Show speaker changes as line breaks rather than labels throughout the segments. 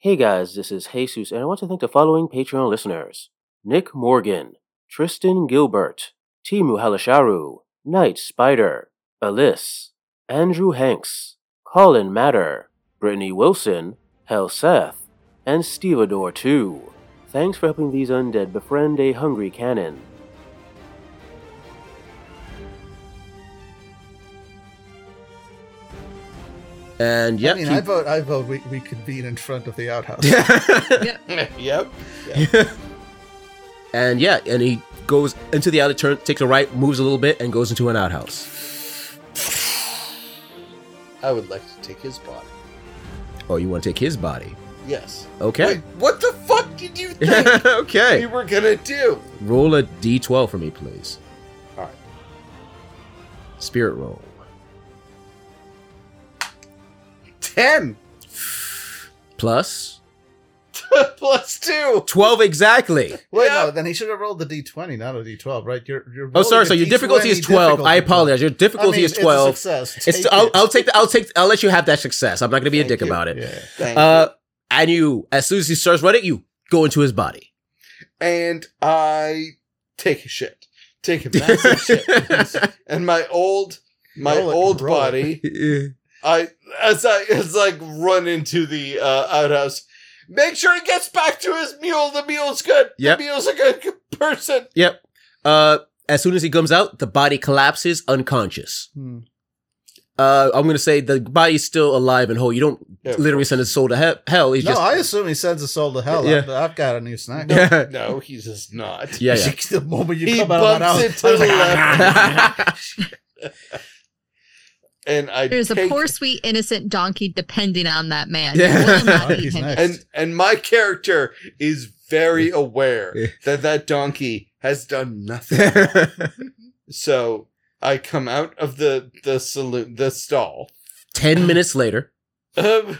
Hey guys, this is Jesus, and I want to thank the following Patreon listeners Nick Morgan, Tristan Gilbert, Timu Halasharu, Night Spider, Alyss, Andrew Hanks, Colin Matter, Brittany Wilson, Hell Seth, and Stevedore 2. Thanks for helping these undead befriend a hungry cannon.
And yep,
I mean,
keep-
I vote. I vote. We, we convene in front of the outhouse.
yep.
and yeah, and he goes into the outer turn, takes a right, moves a little bit, and goes into an outhouse.
I would like to take his body.
Oh, you want to take his body?
Yes.
Okay.
Wait, what the fuck did you think we
okay.
were gonna do?
Roll a d12 for me, please.
All right.
Spirit roll.
Ten
Plus
plus two.
12 exactly. Oh,
Wait,
Yeah.
no. Then he should have rolled the d20, not a d12, right? You're, you're
Oh, sorry.
rolling
So
a
your
D20
difficulty is 12. I
difficulty.
apologize. Your
I
difficulty
mean,
is 12.
It's a success.
It's
Take
I'll,
it.
I'll take the, I'll take I'll let you have that success. I'm not gonna be a
Thank
dick
you.
about it.
Yeah.
Thank
Uh, and you, as soon as he starts running, you go into his body.
you. And I take a shit. Take a massive shit. And my old my
Roll it,
old
roll it.
body I as I as I run into the uh, outhouse. Make sure he gets back to his mule. The mule's good.
Yep.
The mule's a good person.
yep. Uh, as soon as he comes out, the body collapses unconscious.
Hmm.
Uh, I'm gonna say the body's still alive and whole. You don't
Yeah, of
literally
course.
send his soul to he- hell. He's
No,
just
I assume he sends a soul to hell.
Yeah.
I've, I've got a new snack.
No. Yeah.
No, he does not.
yeah. yeah.
the moment you
He
come out of that house,
bumps it to
I was
the
"Ah."
And I
There's a
take-
poor, sweet, innocent donkey depending on that man.
Yeah.
You will not eat
Oh, He's
him.
nice.
and and my character is very aware
Yeah.
that that donkey has done nothing. so I come out of the the saloon the stall.
Ten minutes later,
Um,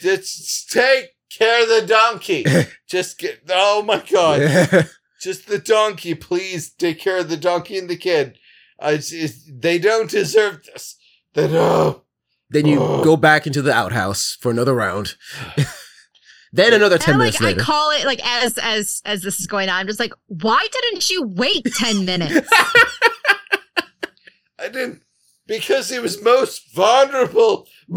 just take care of the donkey. just get. Oh my god! Just the donkey, please take care of the donkey and the kid. I just, they don't deserve this. oh, They don't.
then you go back into the outhouse for another round. then another ten
And like
minutes
I
later.
call it like as as as this is going on, I'm just like, why didn't you wait ten minutes?
I didn't because he was most vulnerable.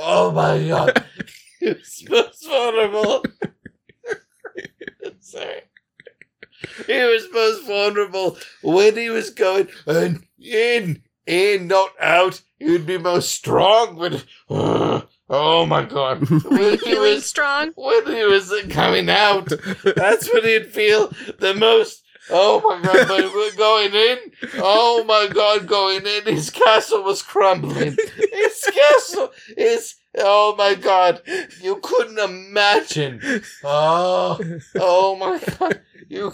Oh my god. It was most vulnerable. Sorry. He was most vulnerable when he was going and in, in, not out. He would be most strong, but oh my god. When he
Feeling
was
strong?
when he was coming out, that's when he'd feel the most. Oh my god, but we're going in. Oh my god, going in. His castle was crumbling. His castle is. Oh my god, you couldn't imagine. Oh, oh my god, you.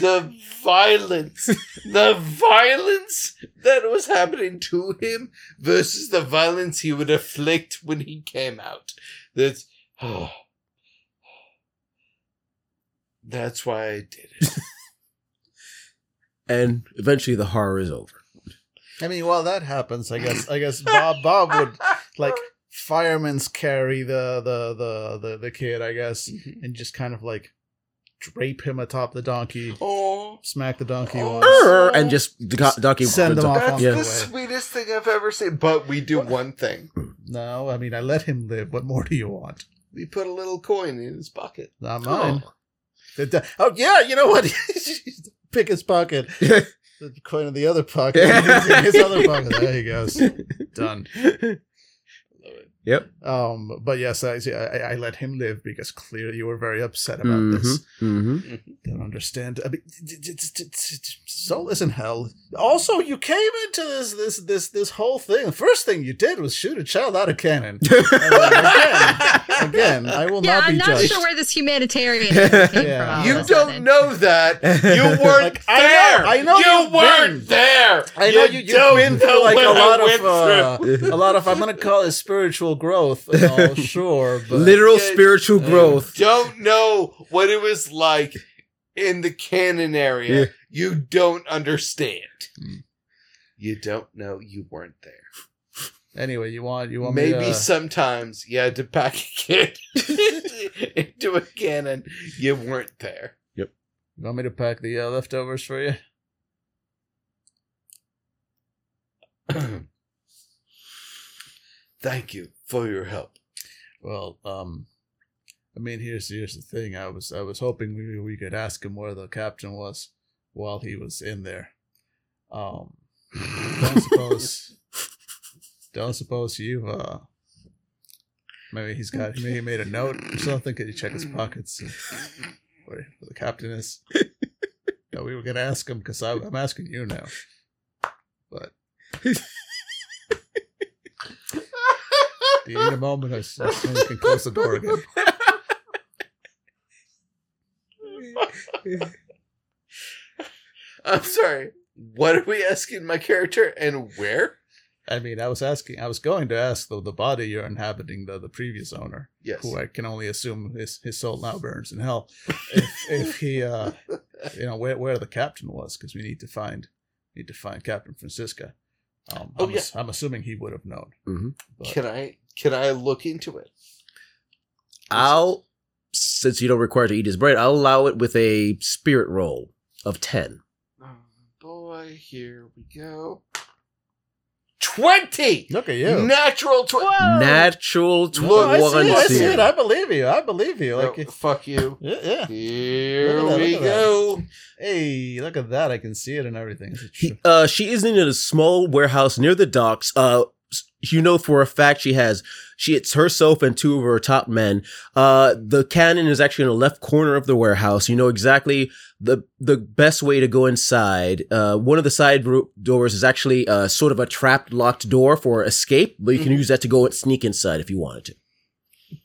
The violence, the violence that was happening to him versus the violence he would afflict when he came out. That's. oh, That's why I did it.
and eventually the horror is over.
I mean, while that happens, I guess I guess Bob Bob would like firemen's carry the the the the, the kid, I guess,
Mm-hmm.
and just kind of like drape him atop the donkey,
oh,
smack the donkey
Oh.
once.
"Err," and just the go- donkey
Send them off
that's
on
Yeah.
the
the
way.
sweetest thing I've ever seen. But we do one thing:
No, I mean I let him live. What more do you want?
we put a little coin in his pocket.
Not mine. The do- Oh yeah, you know what? Pick his pocket. the coin in the other pocket. his other pocket. There he goes. Done.
Love it.
Um, but yes, I, I I let him live because clearly you were very upset about this.
hmm
Don't understand. I mean, d- d- d- d- d- soul is in hell. Also, you came into this this this this whole thing. The first thing you did was shoot a child out of cannon. I mean, again, again, I will
Yeah,
not be
I'm not
judged.
sure where this humanitarian came from.
Yeah.
all
you
of a
don't
sudden.
know that. You weren't
Like, I
there.
know- I know
you
you've
weren't
been.
there.
I know you, you've
don't
been
know
through like
what
a
I
lot
went
of
through.
uh, a lot of I'm gonna call it spiritual growth. and all, sure, but
Literal
Yeah,
spiritual growth.
don't know what it was like in the cannon area.
Yeah.
You
Mm.
don't understand. You don't know you weren't there.
Anyway, you want you want
Maybe
me, uh,
sometimes you had to pack a kid into a cannon. You weren't there.
you want me to pack the uh, leftovers for you?
Thank you for your help.
Well, um, I mean, here's here's the thing. I was I was hoping we we could ask him where the captain was while he was in there. Um, don't suppose don't suppose you've uh. Maybe he's got. Maybe he made a note or something. Could you check his pockets? and Where where the captain is? no, we were gonna ask him because I'm asking you now. But do you need a moment? I s- I can close the door again.
I'm sorry. What are we asking my character and where?
I mean, I was asking, I was going to ask the, the body you're inhabiting, the, the previous owner,
Yes.
who I can only assume his, his soul now burns in hell, if, if he, uh, you know, where, where the captain was, because we need to find, need to find Captain Francisca. Um,
Oh, Mm-hmm.
I'm, ass- I'm assuming he would have known.
Mhm.
But
Can I can I look into it?
I'll, since you don't require to eat his bread, I'll allow it with a spirit roll of 10.
Oh boy, here we go. Twenty
look at you.
natural twenty.
Natural
No, Oh, I
20.
see it. I see it. I believe you. I believe you. Like,
fuck you.
yeah, yeah.
Here
Look at that,
we
look at that.
go.
Hey, look at that. I can see it and everything. It's a tr-
He, uh, she is in a small warehouse near the docks. Uh, s- you know for a fact she has she it's herself and two of her top men. Uh, the cannon is actually in the left corner of the warehouse. You know exactly the the best way to go inside. Uh, one of the side ro- doors is actually uh sort of a trapped locked door for escape, but you can
Mhm.
use that to go and sneak inside if you wanted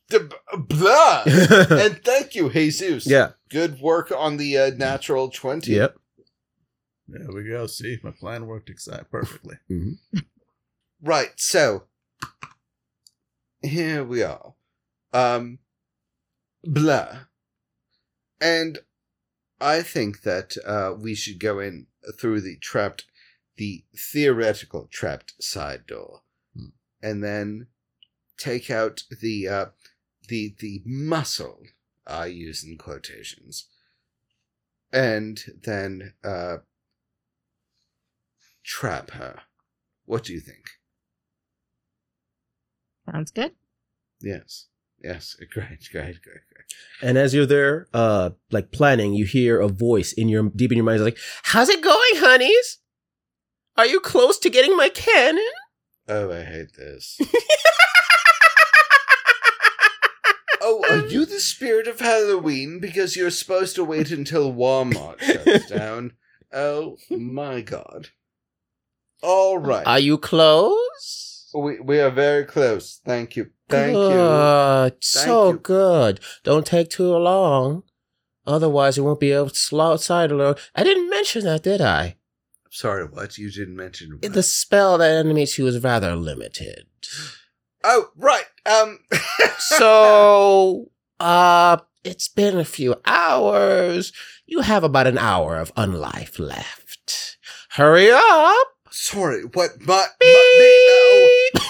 D- uh, blah.
to.
and thank you, Jesus.
yeah.
Good work on the uh, natural twenty.
Yep.
there we go. See, my plan worked exactly perfectly.
Right, so here we are. Um blah. And I think that uh we should go in through the trapped the theoretical trapped side door
Hmm.
and then take out the uh the the muscle I use in quotations and then uh trap her. What do you think?
Sounds good.
Yes. Yes. Great, great, great, great.
And as you're there, uh, like planning, you hear a voice in your deep in your mind is like, "How's it going, honeys? Are you close to getting my cannon?"
Oh, I hate this. oh, are you the spirit of Halloween? Because you're supposed to wait until Walmart shuts down. Oh my god. All right.
Are you close?
we we are very close. Thank you. Thank you.
good. so
you.
good. Don't take too long, otherwise you won't be able to slow outside alone. I didn't mention that, did I?
Sorry, what? You didn't mention what?
The spell that animates you is rather limited.
Oh, right. Um
so uh it's been a few hours you have about an hour of unlife left hurry up
sorry, what but, but no.
Beep.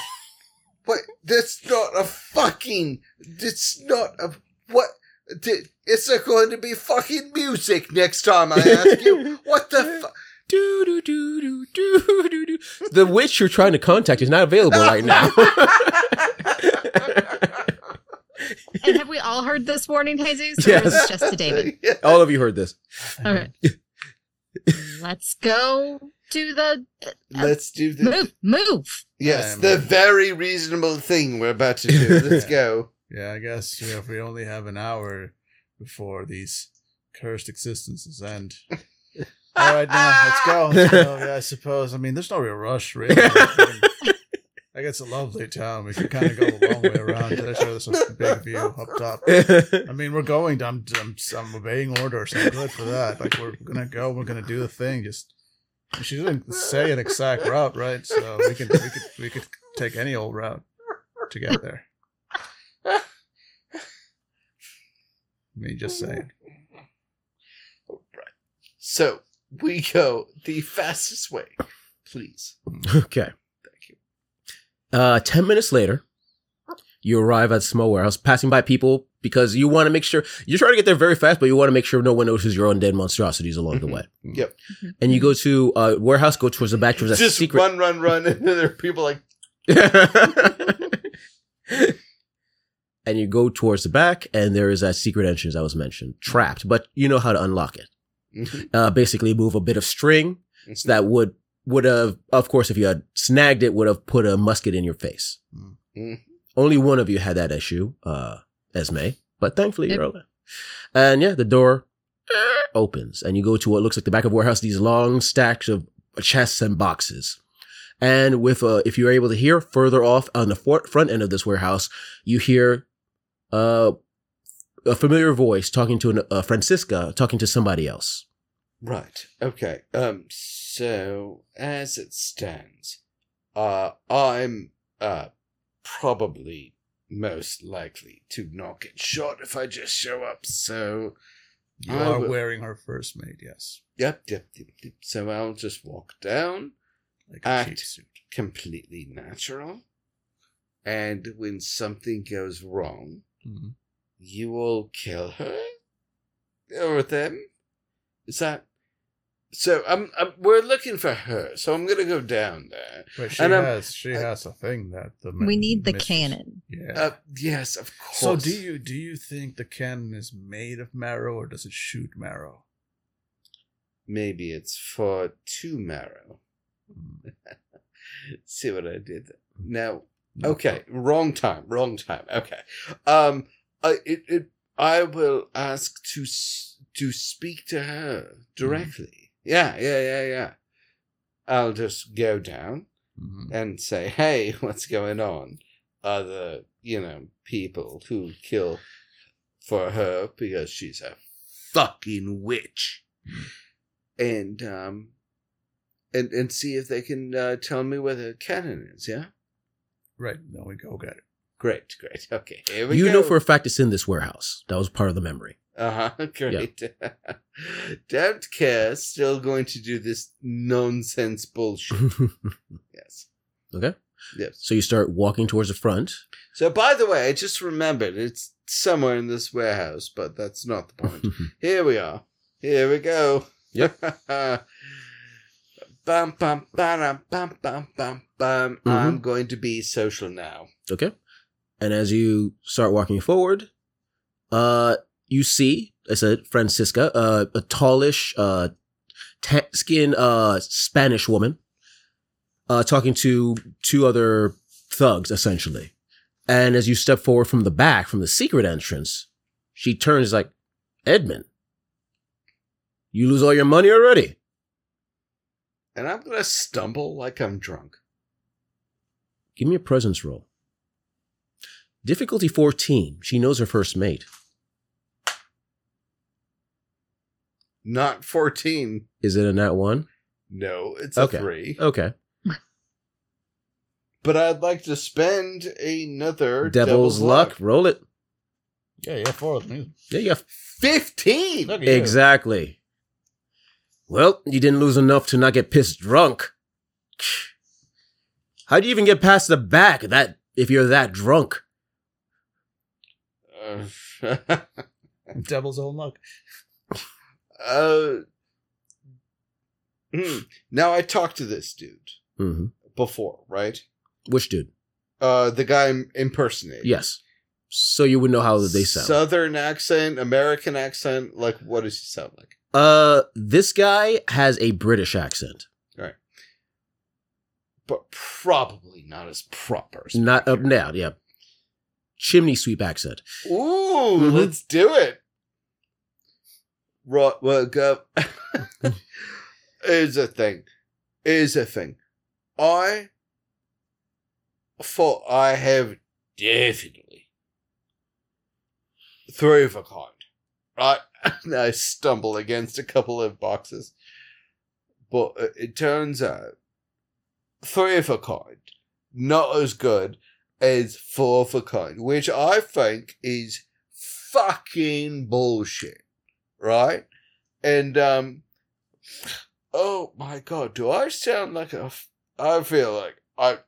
What? That's not a fucking. That's not a. What? Di- It's not going to be fucking music next time I ask you. What the fuck?
Do, do, do, do, do, do, do. the witch you're trying to contact is not available right now
And have we all heard this warning, Jesus? Or is
Yes.
it just to David?
all of you heard this
All right. Let's go to the
Let's do the.
move. Move.
Yes,
Um,
the very reasonable thing we're about to do. Let's go.
Yeah, I guess you know, if we only have an hour before these cursed existences end. All right, now let's go. So, yeah, I suppose. I mean, there's no real rush, really. I, mean, I guess a lovely town. We can kind of go a long way around. to show there's a big view up top. I mean, we're going. I'm, I'm, I'm obeying orders. I'm good for that. Like we're gonna go. We're gonna do the thing. Just she didn't say an exact route, right? So we can, we could, we could take any old route to get there. I mean, just saying.
So we go the fastest way, please.
okay
Thank you.
Uh, 10 minutes later, you arrive at a small warehouse, passing by people because you want to make sure you're trying to get there very fast, but you want to make sure no one notices your undead monstrosities along the
Mhm.
way.
Yep.
And you go to uh, warehouse, go towards the back towards that
Mm. Just
secret.
run, run, run, and then there are people like,
and you go towards the back, and there is that secret entrance I was mentioned, trapped, but you know how to unlock it. Uh, basically, move a bit of string so that would would have, of course, if you had snagged it, would have put a musket in your face. Mm.
Mhm.
Only one of you had that issue, uh, Esme, but thankfully
Yep.
you're okay. And yeah, the door opens, and you go to what looks like the back of warehouse. These long stacks of chests and boxes. And with, uh, if you're able to hear further off on the for- front end of this warehouse, you hear uh, a familiar voice talking to an, uh, Francisca, talking to somebody else.
Right. Okay. Um. So as it stands, uh, I'm uh probably most likely to not get shot if I just show up. So
You
I
are
will-
wearing her first mate, yes.
yep, yep, yep, yep. So I'll just walk down,
Like
Act.
cheat suit.
completely natural, and when something goes wrong,
Mhm.
you will kill her or them. Is that? So I'm, i we're looking for her. So I'm gonna go down there.
But she
And, um,
has she
I-
has a thing that the
We
men-
need the
mistress-
cannon.
Yeah.
Uh, yes, of course.
so do you do you think the cannon is made of marrow or does it shoot marrow?
Maybe it's for two marrow.
Hmm.
See what I did there. Now,
No.
okay, wrong time, wrong time. Okay, um, I it, it I will ask to s- to speak to
Mm-hmm.
her directly. Yeah, yeah, yeah, yeah. I'll just go down.
Mm-hmm.
Mhm.
and say, "Hey, what's going on?" Other, you know, people who kill for her because she's a fucking witch, and um, and and see if they can uh, tell me where the cannon is. Yeah,
Right, now we go get it.
great, great. Okay, here we
You
go.
know for a fact it's in this warehouse. That was part of the memory.
uh huh. Great. Don't care. Still going to do this nonsense bullshit. yes.
Okay.
Yes.
so you start walking towards the front.
So, by the way, I just remembered it's somewhere in this warehouse, but that's not the point. Here we are. Here we go.
Yep.
bum, bum, ba-dum, bum, bum, bum, bum.
Mhm.
I'm going to be social now.
Okay. And as you start walking forward, uh, you see, I said, Francisca, uh, a tallish, uh, tan skin, uh, Spanish woman, uh, talking to two other thugs, essentially. And as you step forward from the back, from the secret entrance, she turns like, Edmund, you lose all your money already.
And I'm going to stumble like I'm drunk.
Give me a presence roll. Difficulty 14. She knows her first mate.
Not 14.
Is it a nat one?
No, it's a
Okay.
3.
Okay.
But I'd like to spend another
Devil's, luck. Roll it.
Yeah, yeah, four of them.
Yeah, you have
15!
Look at you.
exactly. Well, you didn't lose enough to not get pissed drunk. How'd you even get past the back of that if you're that drunk?
Uh,
Devil's own luck.
Uh, hmm. now I talked to this dude
Mm-hmm.
before, right?
Which dude?
Uh, the guy I'm impersonating.
Yes. So you would know how they sound.
Southern accent, American accent. Like, what does he sound like?
uh, this guy has a British accent.
But probably not as proper. as
Not uh, up
American.
now, yeah. Chimney sweep accent.
Ooh,
Mhm.
let's do it. Right, well, go. Here's the thing. Here's the thing. I thought I have definitely three of a kind. Right? And I stumble against a couple of boxes. But uh, it turns out three of a kind, not as good is four of a kind, which I think is fucking bullshit, right? And um, oh my god, do I sound like a? f- I feel like I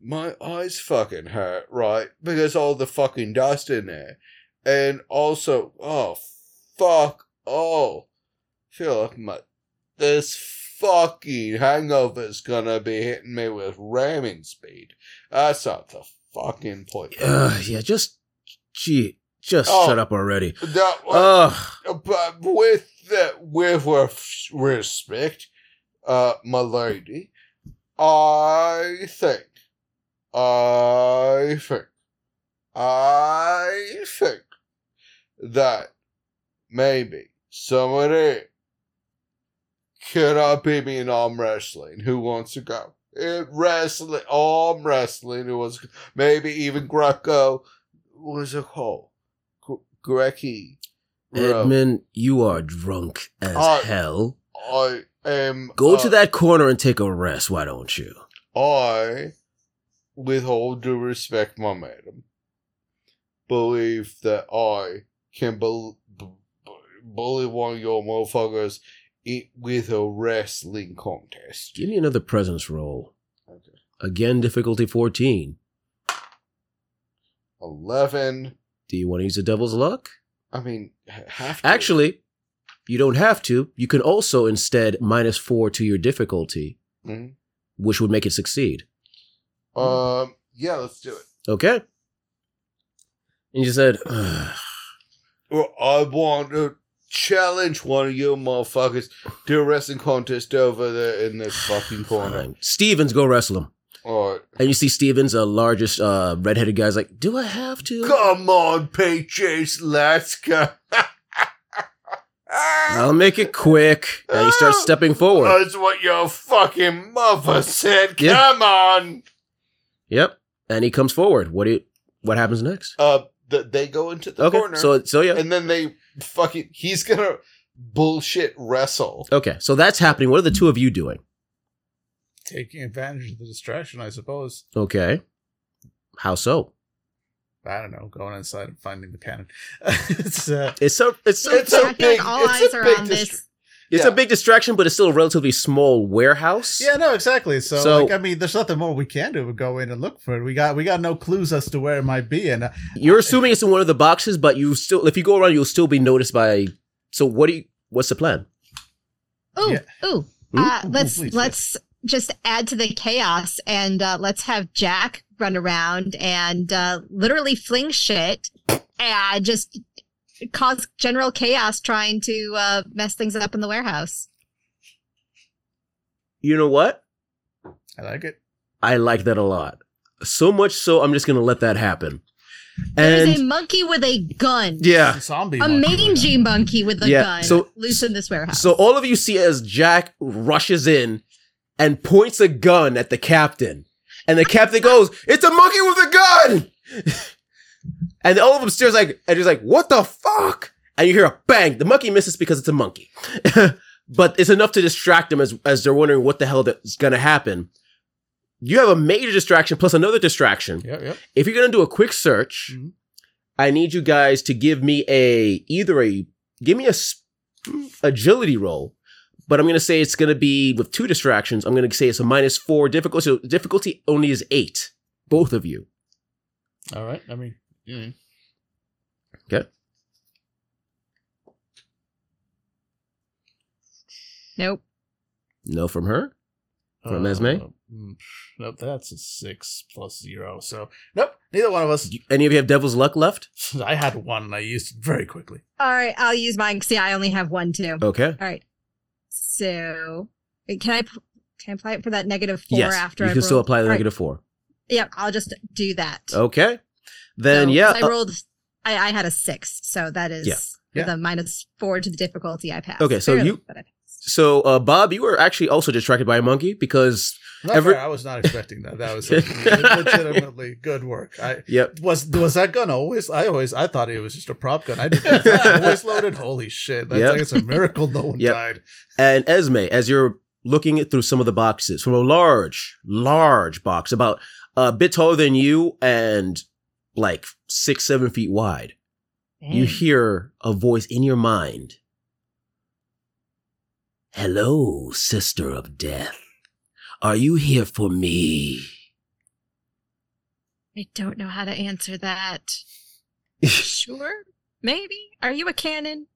my eyes fucking hurt, right? Because all the fucking dust in there. And also, oh, fuck all. Feel like my, this fucking hangover's gonna be hitting me with ramming speed. That's not the fucking point.
Ugh, yeah, just gee, just
Oh.
shut up already.
That was-
Ugh.
but with the, with ref- respect, uh, my lady, I think, I think, I think that maybe somebody cannot be me in arm wrestling who wants to go. It wrestling, arm wrestling, it was maybe even Greco, what is it called? Gre- Greki. Ro-
Edmund, you are drunk as
Uh,
hell.
I am.
Go
uh,
to that corner and take a rest, why don't you?
I, with all due respect, my madam, believe that I can bull- bu- bu- bully one of your motherfuckers i- with a wrestling contest.
Give me another presence roll.
Okay.
Again, difficulty 14.
11.
Do you want to use the devil's luck?
I mean, h- have to.
Actually, you don't have to. You can also instead minus four to your difficulty,
Mhm.
which would make it succeed.
Um, yeah, let's do it.
Okay? And you said, "Ugh,
Well, I want to challenge one of you motherfuckers to a wrestling contest over there in this fucking corner.
fine. Stevens, go wrestle him.
Alright.
And you see Stevens, a largest uh, redheaded guy's like, Do I have to?
Come on, Patriots, let's go.
I'll make it quick. And you start stepping forward.
That's what your fucking mother said.
Yeah.
Come on.
Yep. And he comes forward. What do you, what happens next?
Uh, th- they go into the
Okay.
corner,
So so yeah.
and then they fucking. He's gonna bullshit wrestle.
Okay. So that's happening. What are the two of you doing?
Taking advantage of the distraction, I suppose.
Okay. How so?
I don't know. Going inside and finding the cannon. it's uh,
It's so it's
It's
I
a
feel like
big-
all
it's a
eyes are
big
on
dist-
this.
it's
Yeah.
a big distraction, but it's still a relatively small warehouse.
yeah, no, exactly. So,
So-
like, I mean, there's nothing more we can do but go in and look for it. We got, we got no clues as to where it might be, and uh,
You're assuming it's in one of the boxes, but you still if you go around, you'll still be noticed by so what do you what's the plan?
Ooh, ooh. Uh,
Ooh, ooh,
let's
please,
let's just add to the chaos and uh, let's have Jack run around and uh, literally fling shit and just cause general chaos trying to uh, mess things up in the warehouse.
You know what?
I like it.
I like that a lot. So much so I'm just gonna let that happen.
There's a
And
monkey with a gun.
yeah.
zombie.
A
monkey right
mangy monkey with a
Yeah,
gun
so-
loose in this warehouse.
So all of you see as Jack rushes in and points a gun at the captain. And the captain goes, It's a monkey with a gun! and all of them stares like and he's like, What the fuck? And you hear a bang. The monkey misses because it's a monkey. but it's enough to distract them as, as they're wondering what the hell that's gonna happen. You have a major distraction plus another distraction.
Yep, yep.
If you're gonna do a quick search,
Mhm.
I need you guys to give me a either a give me a s- agility roll, but I'm gonna say it's gonna be with two distractions. I'm gonna say it's a minus four difficulty. So difficulty only is eight. Both of you.
All right. I mean,
nope.
No from her. From Esme?
mm, Nope, that's a six plus zero. So, nope, neither one of us.
Do you- any of you have devil's luck left?
I had one and I used it very quickly.
All right, I'll use mine. See, I only have one too.
Okay.
All right. So, wait, can I p- can I apply it for that negative four
yes.
after
you
I
can still
rolled?
apply the
All right.
negative four.
Yep, I'll just do that.
Okay. Then
So,
Oh, yeah.
'cause
uh,
I rolled. I, I had a six, so that is
Yeah.
with
Yeah.
a minus four to the difficulty I passed.
Okay, so
Barely,
you-
but I passed.
so uh, Bob, you were actually also distracted by a monkey because
Not
Every-
fair, I was not expecting that. That was legitimately good work. I
yep.
was was that gun always? I always I thought it was just a prop gun. I didn't always loaded. Holy shit! That's
Yep.
like it's a miracle no one
Yep.
died.
And Esme, as you're looking through some of the boxes, from a large, large box, about a bit taller than you and like six, seven feet wide, you
Mm.
hear a voice in your mind. Hello, sister of death. Are you here for me?
I don't know how to answer that. sure. Maybe. Are you a cannon?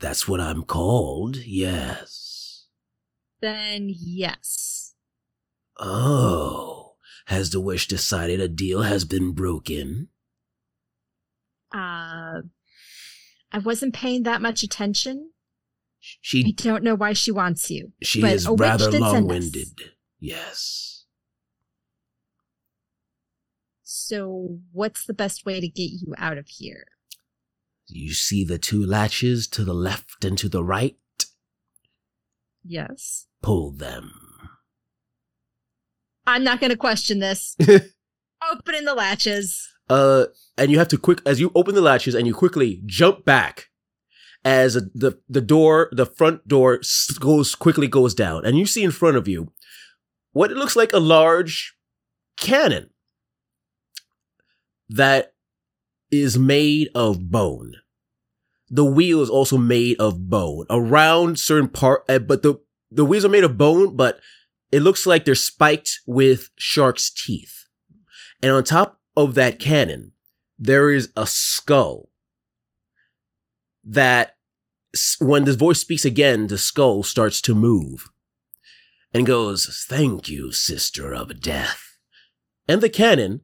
That's what I'm called, yes.
Then yes.
Oh, has the wish decided a deal has been broken?
Uh, I wasn't paying that much attention. I
She
don't know why she wants you.
she
but
is
a witch
rather
did send us.
long-winded. Yes.
So, what's the best way to get you out of here?
You see the two latches to the left and to the right?
Yes.
Pull them.
I'm not going to question this. Opening the latches.
uh, and you have to quick as you open the latches and you quickly jump back as the the door the front door s- goes quickly goes down and you see in front of you what it looks like a large cannon that is made of bone the wheel is also made of bone around certain part uh, but the the wheels are made of bone but it looks like they're spiked with shark's teeth and on top of that cannon, there is a skull that s- when this voice speaks again, the skull starts to move and goes, Thank you, sister of death. And the cannon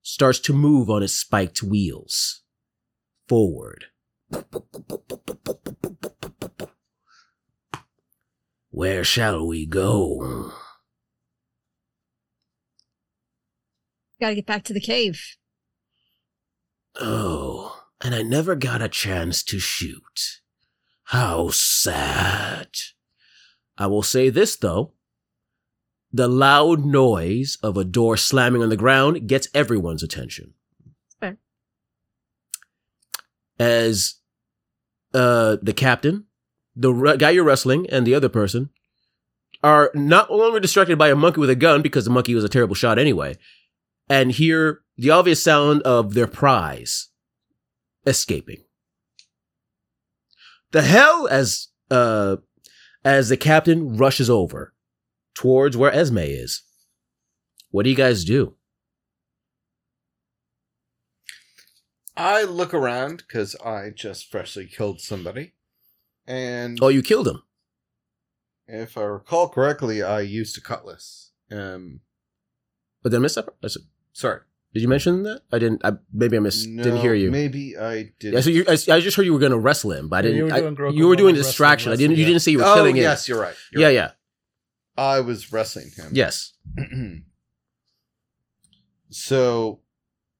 starts to move on its spiked wheels forward.
Where shall we go?
Got to get back to the cave.
Oh, and I never got a chance to shoot. How sad.
I will say this though. The loud noise of a door slamming on the ground gets everyone's attention.
Fair.
As uh, the captain, the re- guy you're wrestling, and the other person are not longer distracted by a monkey with a gun because the monkey was a terrible shot anyway, and hear the obvious sound of their prize escaping. The hell, as uh, as the captain rushes over towards where Esme is. What do you guys do?
I look around because I just freshly killed somebody, and
Oh, you killed him.
if I recall correctly, I used a cutlass. Um,
But then I missed that. That's-
sorry,
Did you mention that? I didn't. I, maybe I missed. didn't
No,
hear you.
Maybe I did.
Yeah, so you, I, I just heard you were going to wrestle him, but I
Yeah,
didn't.
you were
I-
doing Grogu
you were doing
wrestling,
distraction. I didn't. You
wrestling,
didn't say you were
oh
killing
yes,
him.
you're right.
Yeah, yeah,
yeah. I was wrestling him.
yes.
so,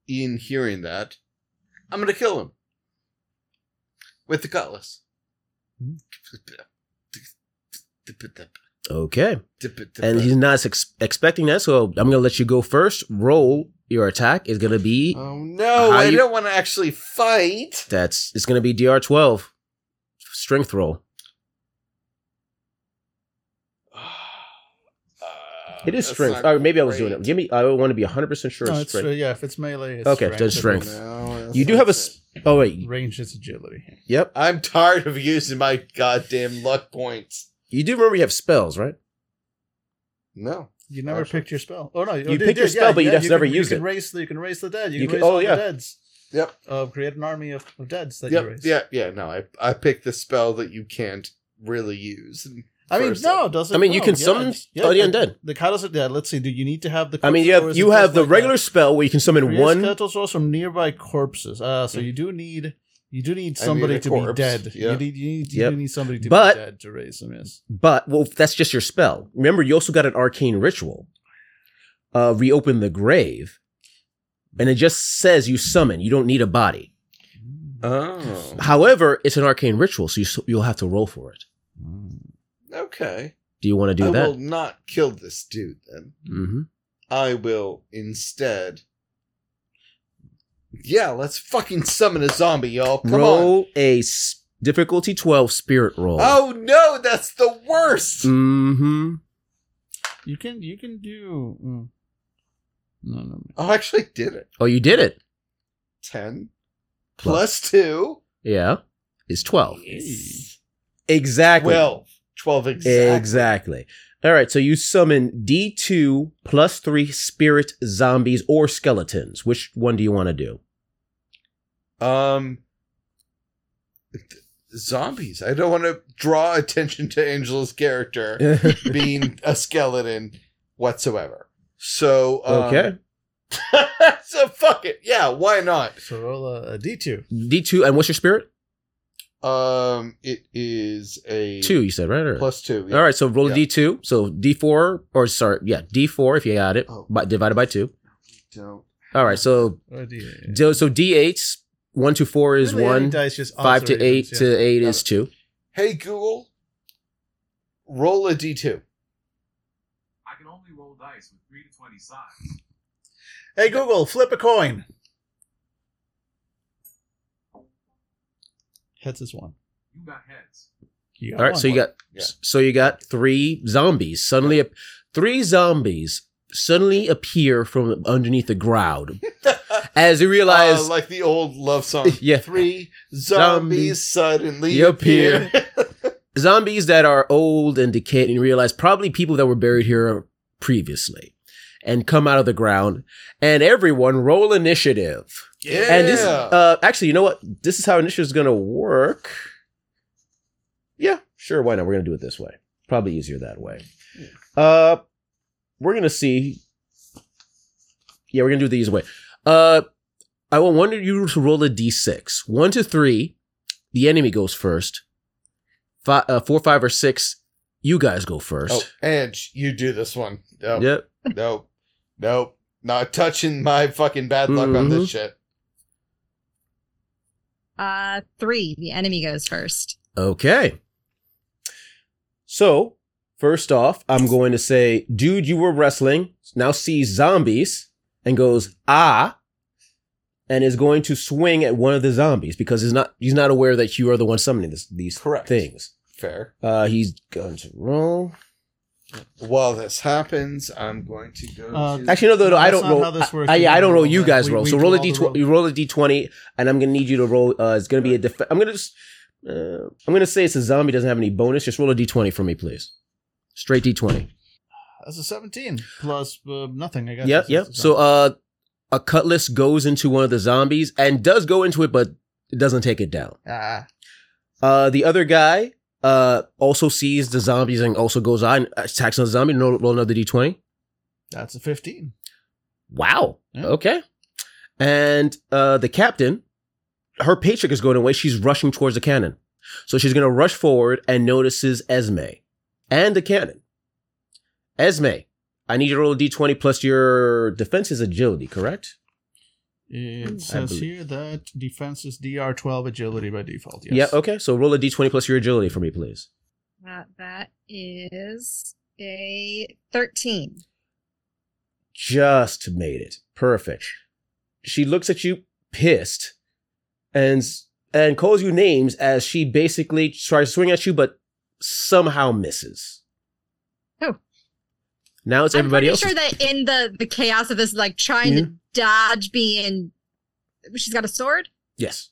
in hearing that, I'm gonna kill him with the cutlass.
Okay. And he's not ex- expecting that, so I'm going to let you go first. Roll your attack is going to be
Oh no!
How
I
you-
don't want to actually fight.
that's it's going to be dr twelve, strength roll. It is
Uh, Oh, That's
strength.
not
Or maybe I was doing
great.
it. Give me. I want to be 100 percent sure.
no,
it's
it's
strength.
uh, yeah. If it's melee, it's
Okay,
strength.
then
If
strength.
No, that's
You do
not
have a.
good.
s- Oh
it's
wait.
range is agility.
Yep.
I'm tired of using my goddamn luck points.
You do remember you have spells, right?
No.
You never
Actually.
picked your spell. Oh no, you,
picked
did,
your spell, but you just
you
never
can,
used
you
it.
Can raise, you can raise the dead. You,
You
can,
can-
raise
oh,
all
yeah.
the deads.
Yep.
Of create an army of, of deads that you
Yep.
raise.
Yeah. Yeah. No. I I picked the spell that you can't really use.
I mean,
First
no, it doesn't.
I mean, you
no,
can
yeah,
summon
it's- yeah,
all the
it-
undead.
The Catalyst yeah, let's see. Do you need to have the?
I
corpse
mean, you have
doors
you
and
have
stuff
the
like
regular
that?
spell where you can summon
Create
one.
skeletal source from nearby corpses. Uh, so you do need you do need
I
somebody
need a
to
corpse.
be dead.
Yeah.
You need you need, you
Yep.
do need somebody to
But-
be dead to raise them. Yes.
But well, that's just your spell. Remember, you also got an arcane ritual. Uh, reopen the grave, and it just says you summon. You don't need a body.
Oh.
However, it's an arcane ritual, so you s- you'll have to roll for it.
Okay.
Do you want to do
I
that?
will not kill this dude then.
Mm-hmm.
I will instead. Yeah, let's fucking summon a zombie, y'all. Come on.
roll a s- difficulty twelve spirit roll.
Oh no, that's the worst.
Mm-hmm.
You can you can do. mm. No, no.
Oh, I actually did it.
Oh, you did it.
Ten plus two.
Yeah, it's twelve. Exactly.
Twelve. 12 exactly.
Exactly. All right, so you summon D2 plus three spirit zombies or skeletons. Which one do you want to do?
Um, th- zombies. I don't want to draw attention to Angela's character being a skeleton whatsoever. So um,
okay.
so fuck it. Yeah, why not?
So roll a, a d2.
D2, and what's your spirit?
Um, it is a
Two, you said, right? Or-
plus two. yeah.
All right, so roll
Yeah.
a D2. So D4, or sorry, yeah, D4 if you got it,
Oh.
but divided by two.
Don't-
All right, so
Or a d8.
so so D8s, one to four is
Really, any
one,
dice just
five to
odds or
eight
evens, yeah.
to eight
Got
is
it.
two.
Hey Google, roll a d2.
I can only roll dice with 3 to 20 sides.
Hey Google, flip a coin. Heads is one.
You got heads.
You got
All right,
one.
so you got
Yeah.
so you got three zombies suddenly. ap- Three zombies suddenly appear from underneath the ground as you realize.
Uh, like the old love song.
yeah,
Three zombies suddenly
You
appear.
zombies that are old and decayed, and you realize probably people that were buried here previously, and come out of the ground, and everyone roll initiative.
yeah.
And this, uh, actually, you know what? This is how initiative is going to work. Yeah, sure. Why not? We're going to do it this way. Probably easier that way. Uh, we're going to see. Yeah, we're going to do these way. Uh, I will wonder you to roll a d6. One to three, the enemy goes first. Five, uh, four, five, or six, you guys go
oh,
first.
Ange, you do this one. No,
Yep.
no, no. Not touching my fucking bad luck on
Mm-hmm.
this shit.
Uh, three. The enemy goes first.
Okay. So, first off, I'm going to say, dude, you were wrestling, now sees zombies, and goes, ah, and is going to swing at one of the zombies because he's not he's not aware that you are the one summoning this, these
Correct.
things.
Fair.
Uh, he's going to roll.
While this happens, I'm going to go.
Uh,
to-
Actually, no, no, no I
That's
don't
not
roll.
how this works.
I,
You
I, I don't
don't
roll.
roll
You
that.
guys
We-
roll.
we
so roll a
roll the
d
roll.
twenty. You roll a d twenty, and I'm gonna need you to roll. Uh, it's gonna be a. Def- I'm gonna. Just, uh, I'm gonna say it's a zombie. Doesn't have any bonus. Just roll a d twenty for me, please. Straight d twenty.
That's a 17 plus uh, nothing, I guess.
Yep,
It's
yep.
just a
So uh, a cutlass goes into one of the zombies and does go into it, but it doesn't take it down.
ah,
Uh, the other guy uh also sees the zombies and also goes on attacks on the zombie. Roll, roll another d twenty.
that's a 15.
Wow.
Yeah.
Okay. And uh, the captain, her paycheck is going away. She's rushing towards the cannon. So she's going to rush forward and notices Esme and the cannon. Esme, I need you to roll a d20 plus your defense is agility, correct?
It says
believe-
here that defense is DR 12 agility by default. Yes.
Yeah. Okay. So roll a d20 plus your agility for me, please.
Uh, that is a 13.
Just made it. Perfect. She looks at you pissed and and calls you names as she basically tries to swing at you but somehow misses.
Oh.
Now it's
I'm
everybody
pretty
else.
sure that in the, the chaos of this, like trying to dodge being, she's got a sword,
yes.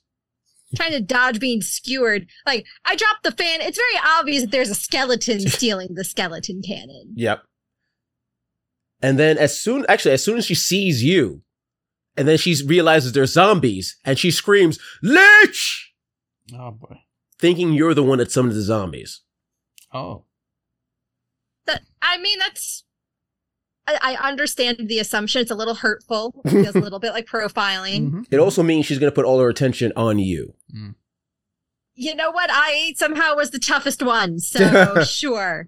trying to dodge being skewered. Like I dropped the fan. It's very obvious that there's a skeleton stealing the skeleton cannon.
Yep. And then as soon actually as soon as she sees you and then she realizes they're zombies and she screams, "Lich!"
Oh, boy.
thinking you're the one that summoned the zombies.
Oh.
That I mean, that's. I, I understand the assumption. It's a little hurtful. It feels a little bit like profiling.
Mhm.
It also means she's going to put all her attention on you.
You know what? I somehow was the toughest one. So sure.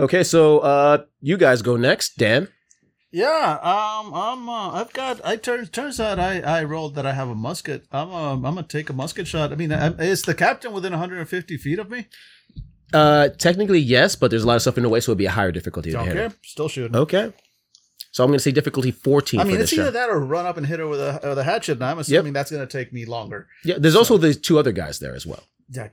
Okay, so uh you guys go next, Dan.
Yeah, um, I'm. Uh, I've got. I turns turns out I I rolled that I have a musket. I'm. Uh, I'm gonna take a musket shot. I mean, I, is the captain within 150 feet of me?
Uh technically yes, but there's a lot of stuff in the way, so it'd be a higher difficulty to
Don't
handle.
care. Still shooting.
Okay. So I'm gonna say difficulty fourteen
I mean,
Oh, for
it's
this
either
shot.
that or run up and hit her with a with a hatchet. And I'm assuming that's gonna take me longer.
yeah, there's also the two other guys there as well.
Yeah.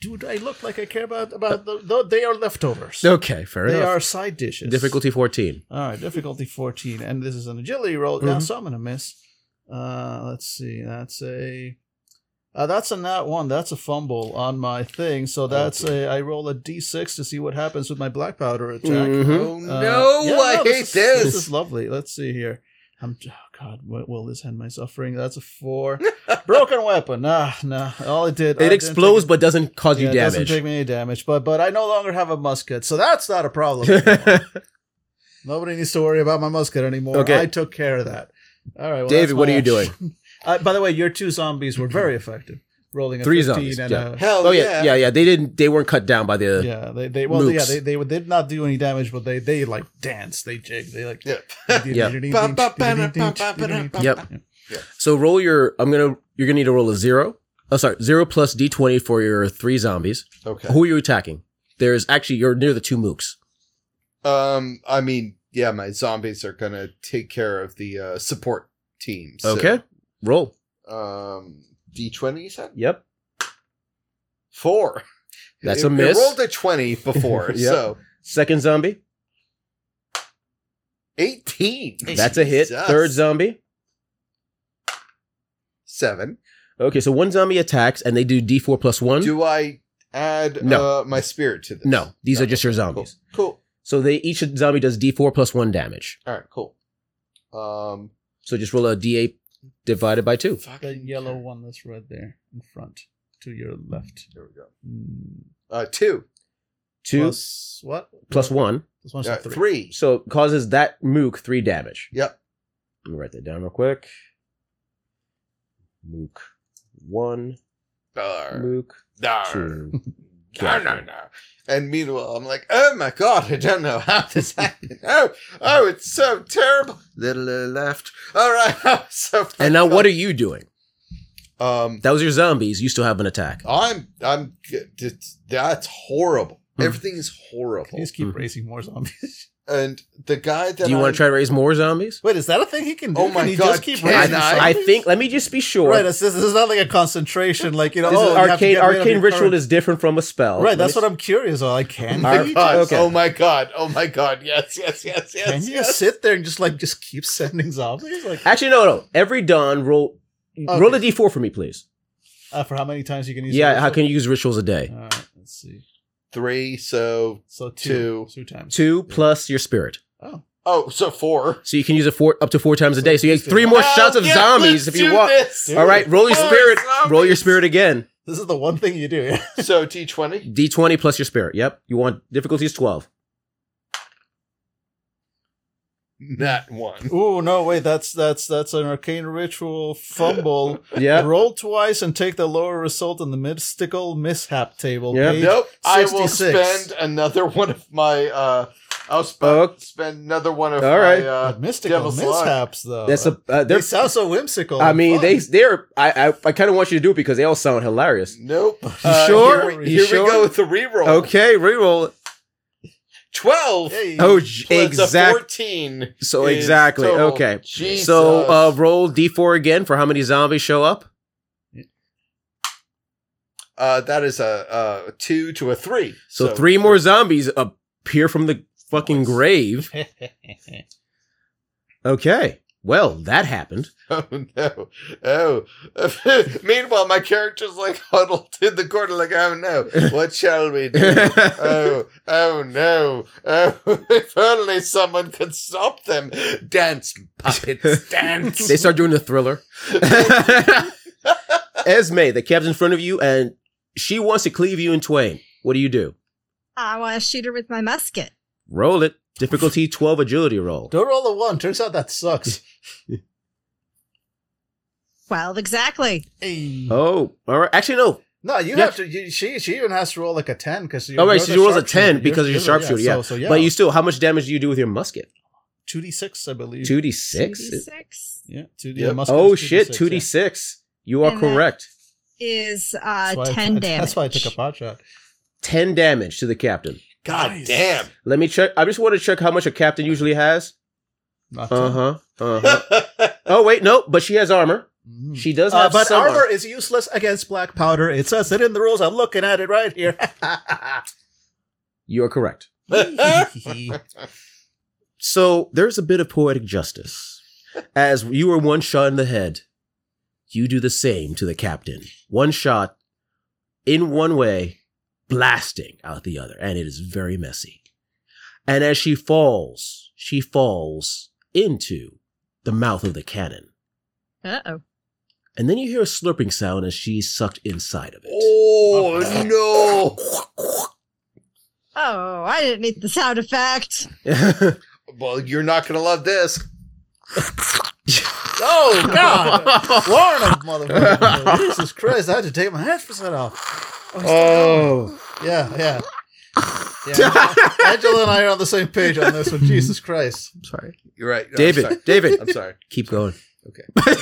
Do, do I look like I care about about the, the they are leftovers.
Okay, Uh, fair
they
enough.
are side dishes.
difficulty fourteen.
All right, difficulty 14. And this
Mm-hmm.
is an agility roll. Now, so I'm going to miss. Uh, let's see. That's a Uh, that's a nat one. That's a fumble on my thing.
Oh,
So that's a. I roll a d6 to see what happens with my black powder attack.
Mhm.
Oh
Uh,
no,
yeah,
I
this
hate
is-
this.
This is lovely. Let's see here. I'm oh God. What will this end my suffering? That's a four. Broken weapon. Ah, nah. All it did.
It explodes but doesn't cause
Yeah,
you
it doesn't
damage.
take me any damage, but but I no longer have a musket, so that's not a problem. anymore. Nobody needs to worry about my musket anymore.
Okay.
I took care of that. All right, well,
David,
that's
what
my
are you
action. uh, by the way, your two zombies were very effective, rolling a
Three
15
zombies,
and
yeah.
a
Hell
oh
yeah,
yeah, yeah, yeah. They didn't. They weren't cut down by the.
yeah, they they well
Nukes.
yeah they, they did not do any damage, but they they like danced, they jigged, they like
Yep.
Yep. So roll your. I'm gonna. You're gonna need to roll a zero. Oh, sorry, zero plus d20 for your three zombies.
Okay.
Who are you attacking? There's actually you're near the two mooks.
Um, I mean, yeah, my zombies are gonna take care of the uh, support team. so,
Okay, roll.
Um, D twenty, you said
Yep.
four.
That's
It-
a miss.
It rolled a twenty before,
Yep.
so
Second zombie.
eighteen.
That's a hit.
Jesus.
Third zombie.
seven.
Okay, so one zombie attacks and they do d4 plus one.
Do I add
No.
uh, my spirit to this?
no, these
No.
are just your
cool.
zombies.
cool.
So they each zombie does d4 plus one damage.
All right, cool. Um,
So just roll a d8 divided by two.
The
fucking
yellow one that's right there in front to your left.
There we go.
Mm,
Uh, two.
Two
plus what?
plus
What?
one.
Plus one's
Uh,
three.
three.
So it causes that mook three damage.
Yep.
Let me write that down real quick. Mook one.
Dar.
Mook
Dar.
two.
No, no, no. And meanwhile, I'm like, oh my god, I don't know how this happened. Oh, oh, it's so terrible. Little uh, left. All right. so
And now what are you doing?
um,
That was your zombies. You still have an attack.
I'm, I'm. it's- That's horrible.
Hmm.
Everything is horrible.
Please keep
Mhm.
raising more zombies.
And the guy that
Do you want
I'm-
to try to raise more zombies?
Wait, is that a thing he can do?
Oh my
can he
God,
just keep
can
raising
I-
I
zombies?
think. Let me just be sure.
Right, this, this is not like a concentration, like you know.
This
oh,
is
you have to
arcane.
get rid of
Arcane
your
ritual
current-
is different from a spell.
right. That's what I'm curious. on. Like, can
All
My
right,
he,
God,
okay.
Oh my god. Oh my god. Yes. Yes. Yes. Yes.
can you
yes.
just sit there and just like just keep sending zombies? Like,
Actually, no, no. Every dawn, roll roll a d4 for me, please.
uh, for how many times you can use?
Yeah. How can you use rituals a day?
All right, let's see.
Three. So.
So two,
Two.
two times.
Two plus your spirit,
Oh,
Oh, so four.
so you can use it four up to four times a day. So you have three more
Wow,
shots of
yeah,
zombies if
let's
you
do
want.
this.
All right. Roll your
More
spirit. Roll your
zombies.
spirit again.
this is the one thing you do. Yeah.
So T twenty.
D20 plus your spirit. Yep. You want difficulty is 12.
Not one.
Ooh, no, wait. That's that's that's an arcane ritual fumble.
Yeah.
Roll twice and take the lower result in the mystical mishap table.
Yeah.
Page
Nope. I will
66.
spend another one of my. uh I'll sp-
Okay.
spend another one of
Oh. All
my.
right.
Uh,
But mystical
Devil's Lock.
mishaps, though.
That's a.
they
Uh, they're.
sound so whimsical.
I
and
mean,
fun.
they. They're. I. I, I kind of want you to do it because they all sound hilarious.
nope.
You
Uh,
sure?
Here, we,
You
here
sure?
we go with the reroll.
Okay. Reroll. it.
Twelve.
Hey.
Oh, j-
plus A
exact.
Fourteen.
So
is
exactly.
total.
Okay.
Jesus.
So uh, roll d4 again for how many zombies show up.
Uh, that is a, a two to a three.
So, three more zombies appear from the fucking grave. Okay. Well, that happened.
Oh no! Oh. Meanwhile, my character's like huddled in the corner, like, "Oh no! What shall we do? oh, oh no! Oh, if only someone could stop them! Dance, puppets, dance!"
they start doing the thriller. Esme, the cab's in front of you, and she wants to cleave you in twain. What do you do?
I want to shoot her with my musket.
Roll it. Difficulty 12 agility roll.
Don't roll a one. Turns out that sucks.
Well, exactly.
Hey.
Oh, all right. Actually, no.
No, you
Yeah.
have to. You, she she even has to roll like a ten because
Oh, right, she rolls a 10 because you're sharpshooter, yeah.
So, so yeah,
But you still, how much damage do you do with your musket?
two d six, I believe.
2d6?
Six
yeah, two
Yeah.
Oh, shit. 2d6. You are
And that-
correct.
is uh, ten
I,
damage.
That's why I took a pot shot.
10 damage to the captain.
God
Nice.
damn!
Let me check. I just want to check how much a captain usually has.
Not
Uh
10.
huh. Uh huh. oh wait, no. But she has armor.
Mhm.
She does
Uh,
have
but
some
armor is useless against black powder. It says it in the rules. I'm looking at it right here.
You are correct. So there's a bit of poetic justice, as you were one shot in the head, You do the same to the captain. One shot in one way, blasting out the other, and it is very messy. And as she falls, she falls into the mouth of the cannon.
Uh oh.
And then you hear a slurping sound as she's sucked inside of it.
Oh no!
Oh, I didn't need the sound effect.
Well, you're not gonna love this.
Oh God, Lorna, motherfucker! Jesus Christ, I had to take my headset off. Oh, he's still
Oh,
going. yeah, yeah. yeah Angela- Angela and I are on the same page on this one. Jesus Christ!
I'm sorry. You're right, No,
David,
I'm sorry.
David,
I'm sorry.
keep going.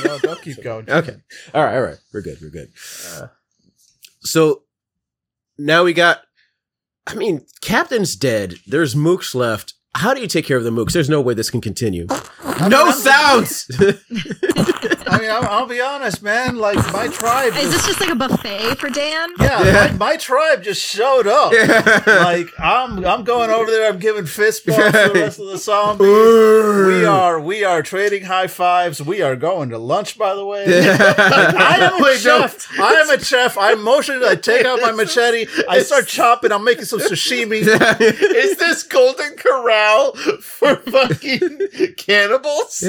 No, don't keep going.
Okay. All right. All right. We're good. We're good.
Uh.
so now we got. I mean, Captain's dead. There's mooks left. How do you take care of the mooks? There's no way this can continue. No sounds.
I mean, I'll, I'll be honest, man. Like my tribe,
Is
just-
this just like a buffet for Dan?
yeah,
Yeah.
My, my tribe just showed up. Like I'm, I'm going over there. I'm giving fist bumps to the rest of the zombies. We are, we are trading high fives. We are going to lunch. By the way, I am a chef. I am a chef. I motion. I take out my machete. I start chopping. I'm making some sashimi.
Is this Golden Corral for fucking cannibals?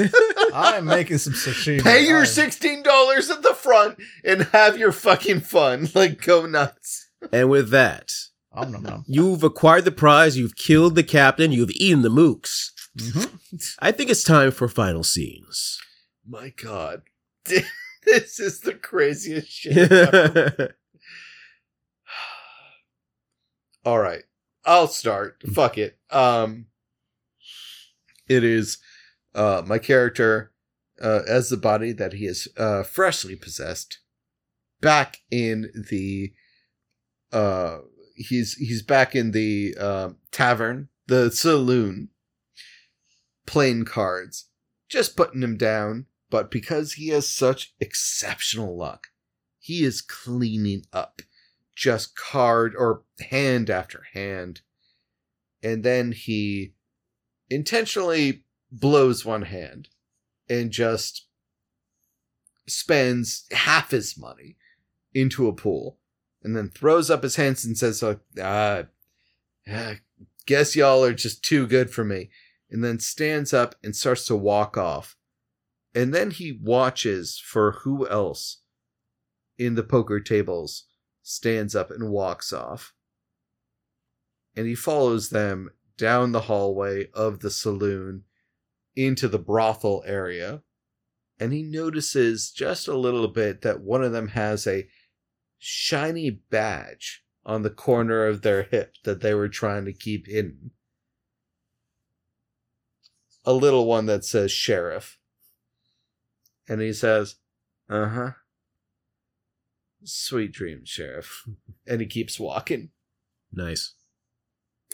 I'm making some sashimi.
Pay your
I'm-
sixteen dollars at the front and have your fucking fun. Like go nuts.
and with that,
Om nom nom.
you've acquired the prize. You've killed the captain. You've eaten the mooks.
Mm-hmm.
I think it's time for final scenes.
My God, this is the craziest shit. ever.
okay.
All right. I'll start. Fuck it. Um it is uh my character uh as the body that he is uh freshly possessed back in the uh he's he's back in the uh, tavern, the saloon playing cards. Just putting him down, but because he has such exceptional luck, he is cleaning up just card or hand after hand. And then he intentionally blows one hand and just spends half his money into a pool and then throws up his hands and says, like, uh, uh, guess y'all are just too good for me. And then stands up and starts to walk off. And then he watches for who else in the poker tables stands up and walks off. And he follows them down the hallway of the saloon into the brothel area. And he notices just a little bit that one of them has a shiny badge on the corner of their hip that they were trying to keep hidden. A little one that says sheriff. And he says, uh huh. Sweet dreams, Sheriff. And he keeps walking.
Nice.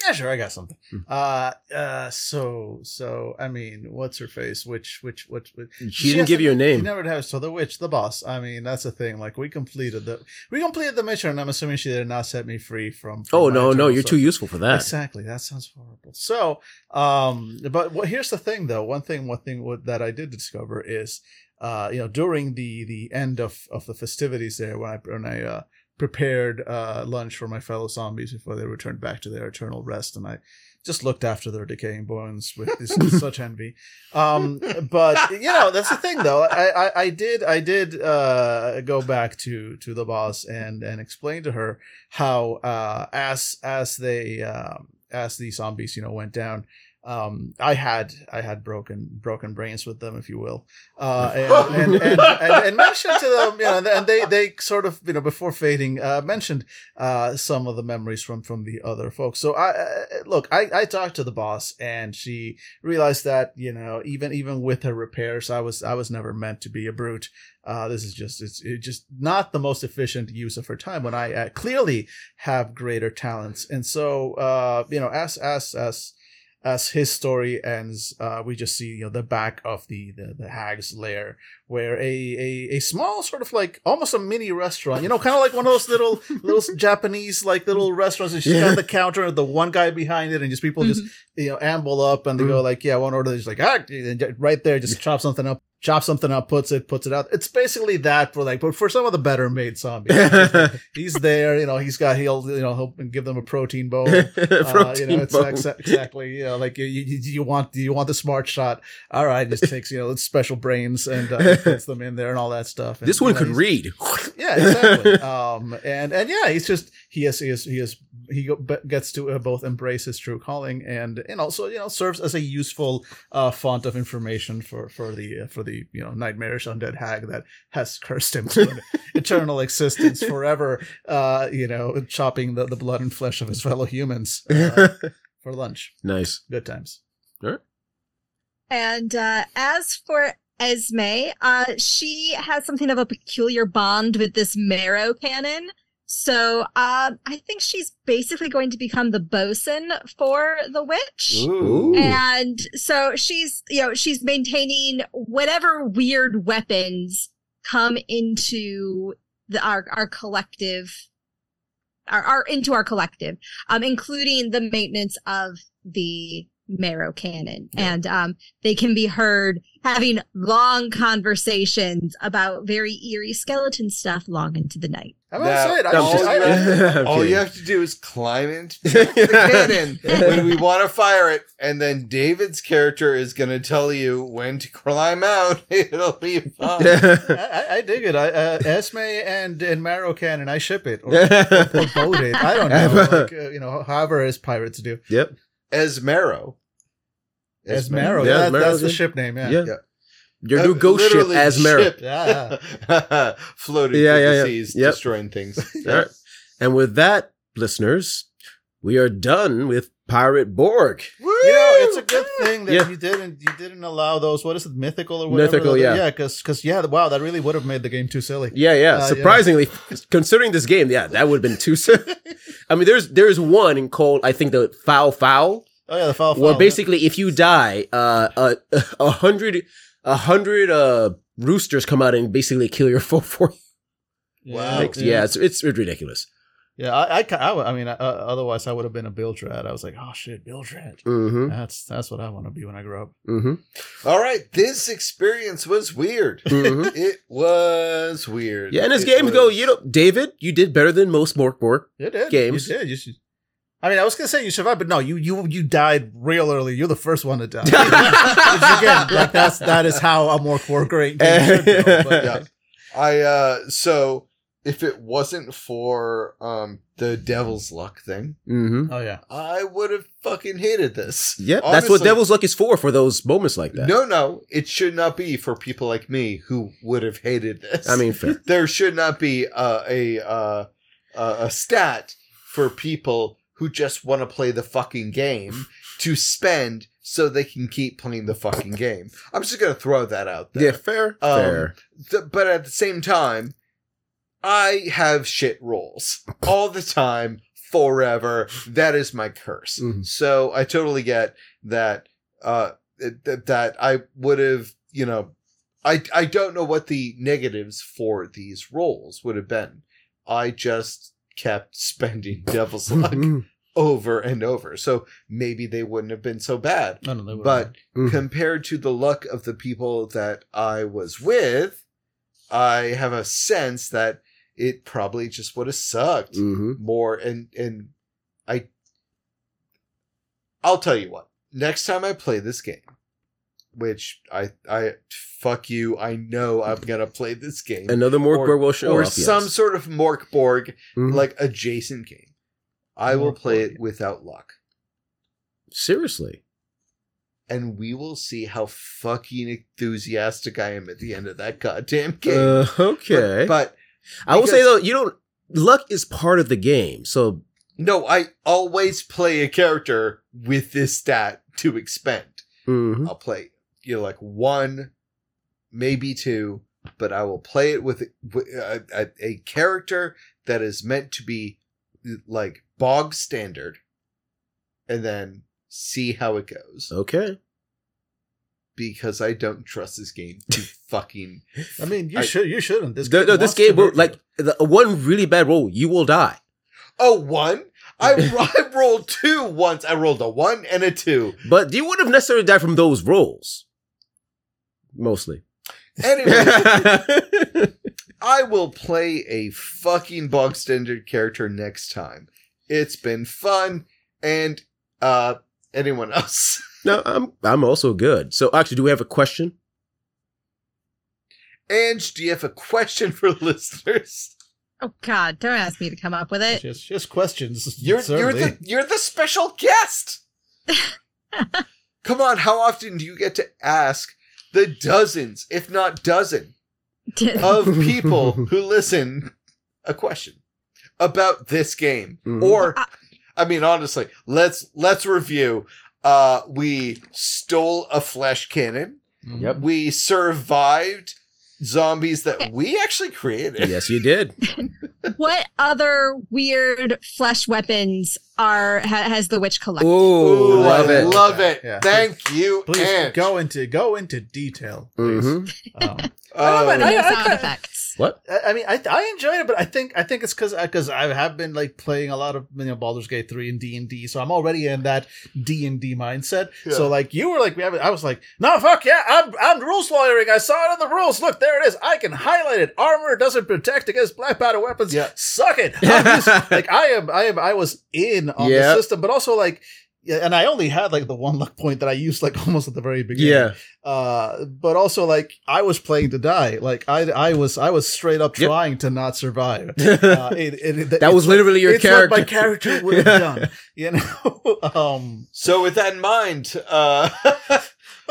Yeah, sure, I got something.
Hmm.
Uh, uh, so, so, I mean, what's her face? Which, which, which, which
She, didn't give you a
She
name.
never has. So the witch, the boss. I mean, that's the thing. Like we completed the, we completed the mission, and I'm assuming she did not set me free from. from
Oh
my
no, no,
eternal
you're
suffering.
too useful for that.
Exactly. That sounds horrible. So, um, but what, here's the thing, though. One thing, one thing what, that I did discover is, uh, you know, during the the end of of the festivities there, when I when I uh, prepared uh, lunch for my fellow zombies before they returned back to their eternal rest, and I just looked after their decaying bones with this, such envy. Um, but you know, that's the thing, though. I I, I did I did uh, go back to to the boss and and explain to her how uh as as they um as these zombies you know went down um i had i had broken broken brains with them if you will uh and and and, and, and mentioned to them you know and they they sort of you know before fading uh mentioned uh some of the memories from from the other folks so i uh, look i i talked to the boss and she realized that you know even even with her repairs i was i was never meant to be a brute uh, this is just it's, it's just not the most efficient use of her time when I uh, clearly have greater talents. And so uh, you know, as as as as his story ends, uh, we just see you know the back of the the, the hag's lair, where a, a a small sort of like almost a mini restaurant, you know, kind of like one of those little little Japanese like little restaurants. And she's
Yeah.
got the counter, the one guy behind it, and just people just you know amble up and they go like, yeah, one order. They're just like ah, and right there, just chop something up. chops something up, puts it, puts it out. It's basically that for like, but for some of the better made zombies, It's like, he's there. You know, he's got he'll you know he'll give them a protein bowl. uh, you
Protein
know, it's
bone.
exa- exactly. You know, like you, you, you want you want the smart shot. All right, just takes you know it's special brains and uh, puts them in there and all that stuff. And,
this
you
one
know,
could
he's-
read.
yeah, exactly. um, and and yeah, he's just he is he is he is he go- b- gets to uh, both embrace his true calling and and also you know serves as a useful uh, font of information for for the uh, for the you know nightmarish undead hag that has cursed him to an eternal existence forever. Uh, you know, chopping the, the blood and flesh of his fellow humans uh, for lunch.
nice.
Good times.
And uh, as for Esme, uh, she has something of a peculiar bond with this marrow cannon. So uh, I think she's basically going to become the bosun for the witch.
Ooh.
And so she's, you know, she's maintaining whatever weird weapons come into the, our, our collective, our, our, into our collective, um, including the maintenance of the marrow cannon. And, um, they can be heard having long conversations about very eerie skeleton stuff long into the night.
I'm
Now-
outside. I,
now all
should- I,
you have-
I'm
All you
kidding.
have to do is climb into the cannon when we want to fire it, and then David's character is going to tell you when to climb out. It'll be
Oh,
fun.
I, I dig it. I, uh, Esme and and Marrow Cannon. I ship it. Or, or boat it. I don't know. like, uh, you know, however as pirates do.
yep.
Esmero.
Esmero. Yeah,
Yeah,
that,
Esmero's
that's the
good.
ship name. Yeah.
Yeah.
Yeah.
Your new ghost ship,
Literally
Asmera.
ship.
Yeah,
Floating
Yeah,
through
yeah, yeah.
the seas,
Yep.
destroying things.
All right. And with that, listeners, we are done with Pirate Borg.
You know, it's a good thing that
Yeah.
you didn't you didn't allow those. What is it, mythical or whatever?
Mythical, yeah.
yeah, because yeah, wow, that really would have made the game too silly.
Yeah, yeah.
Uh, yeah.
Surprisingly, considering this game, yeah, that would have been too soon. I mean, there's there's one called I think the foul foul,
Oh yeah, the foul.
where
foul,
basically if you die, uh, a a hundred a hundred uh roosters come out and basically kill your foe for you.
yeah.
Wow.
Like, yeah, it's, it's ridiculous.
yeah. I, I, ca- I, would- I mean, uh, otherwise I would have been a bilge rat. I was like, oh shit, bilge rat.
Mm-hmm.
That's that's what I want to be when I grow up.
Mm-hmm.
All right. This experience was weird.
Mm-hmm.
It was weird.
Yeah, and as
It
games go,
was-
you know, David, you did better than most Borg Borg.
You did
Games.
You did. You should. I mean, I was gonna say you survived, but no, you you you died real early. You're the first one to die. Which again, like that's that is how a more core great game should go. But,
yeah. I uh so if it wasn't for um the devil's luck thing,
Mm-hmm.
Oh yeah.
I would have fucking hated this.
Yep, that's what
Honestly,
Devil's Luck is for, for those moments like that.
No, no, it should not be for people like me who would have hated this.
I mean, fair.
there should not be uh, a uh, uh, a stat for people who just want to play the fucking game to spend so they can keep playing the fucking game. I'm just gonna throw that out there.
Yeah, fair.
Um,
fair.
Th- but at the same time, I have shit rolls all the time, forever. That is my curse.
Mhm.
So I totally get that. Uh, th- that I would have, you know, I I don't know what the negatives for these rolls would have been. I just kept spending devil's luck
Mhm.
over and over. So maybe they wouldn't have been so bad
No, no, they would've
but
Mhm.
compared to the luck of the people that I was with, I have a sense that it probably just would have sucked
Mhm.
more. And and I, I'll tell you what. Next time I play this game, which I I fuck you, I know I'm gonna play this game
Another Morg
Or-
Borg will show
or
up, yes.
some sort of Morkborg
Mhm.
like adjacent game. I will play it without luck.
Seriously.
and we will see how fucking enthusiastic I am at the end of that goddamn game.
Uh, okay.
But, but
I will say
because-
though, you don't luck is part of the game. So
no, I always play a character with this stat to expend.
mhm.
I'll play you know like one, maybe two, but I will play it with with a, a, a character that is meant to be like bog standard, and then see how it goes
okay.
because I don't trust this game to fucking
I mean, you
I-
should you shouldn't. This
Th- no, this
wants to
game will
hurt you.
like the, one really bad roll, you will die.
Oh, one? I, I rolled two once. I rolled a one and a two.
But you wouldn't have necessarily died from those rolls. Mostly.
Anyway, I will play a fucking bog standard character next time. It's been fun, and uh, anyone else?
no, I'm I'm also good. So actually, do we have a question?
Ange, do you have a question for listeners?
Oh God! Don't ask me to come up with it.
Just, just questions.
You're
certainly.
you're the you're the special guest. Come on, how often do you get to ask the dozens, if not dozen,
Oh,
of people who listen a question about this game?
Mhm.
Or
I-
I mean honestly, let's let's review. Uh we stole a flesh cannon.
Mm-hmm.
Yep.
We survived zombies that we actually created.
yes, you did.
what other weird flesh weapons are ha- has the witch collected?
Oh,
Ooh,
love
I
it.
Love it.
Yeah.
Thank you,
Please
Ange.
go into go into detail. Please.
hmm
Um,
Oh.
I- I-
No sound
I-
effects.
What?
I I mean, I I enjoyed it, but I think I think it's because because I have been like playing a lot of you know Baldur's Gate three and D and D, so I'm already in that D and D mindset.
Yeah.
So like you were like, we have, I was like, no fuck yeah, I'm I'm rules lawyering. I saw it on the rules. Look, there it is. I can highlight it. Armor doesn't protect against black powder weapons.
Yeah.
suck it. I'm just- like I am, I am, I was in on
Yeah.
the system, but also like. Yeah, and I only had like the one luck point that I used like almost at the very beginning
Yeah.
uh but also like i was playing to die like i i was i was straight up
Yep.
trying to not survive uh, it, it, it-
that was
it's-
literally your
it's
character.
what my character would have done you know um
So with that in mind, uh
but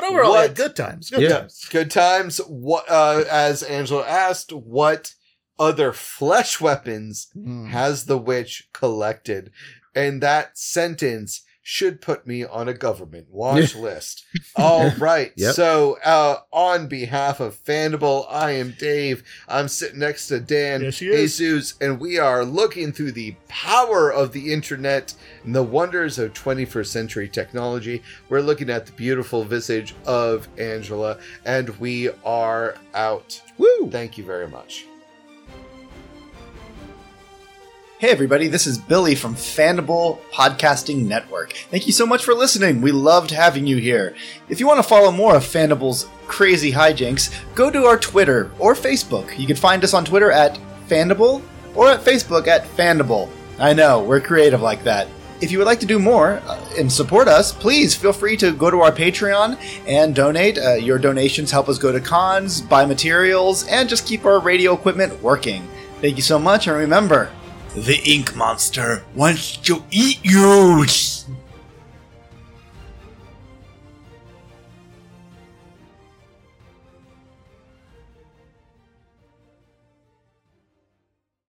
overall
What?
yeah, good times good
Yeah.
times
good times. What uh as Angela asked, what other flesh weapons
Mm.
has the witch collected? And that sentence should put me on a government watch list. All right.
Yep.
So uh on behalf of Fandible, I am Dave. I'm sitting next to Dan.
Yes, she is.
Jesus, and we are looking through the power of the internet and the wonders of 21st century technology. We're looking at the beautiful visage of Angela, and we are out.
Woo.
Thank you very much.
Hey, everybody, this is Billy from Fandible Podcasting Network. Thank you so much for listening. We loved having you here. If you want to follow more of Fandible's crazy hijinks, go to our Twitter or Facebook. You can find us on Twitter at Fandible or at Facebook at Fandible. I know, we're creative like that. If you would like to do more uh, and support us, please feel free to go to our Patreon and donate. Uh, your donations help us go to cons, buy materials, and just keep our radio equipment working. Thank you so much, and remember, the ink monster wants to eat you.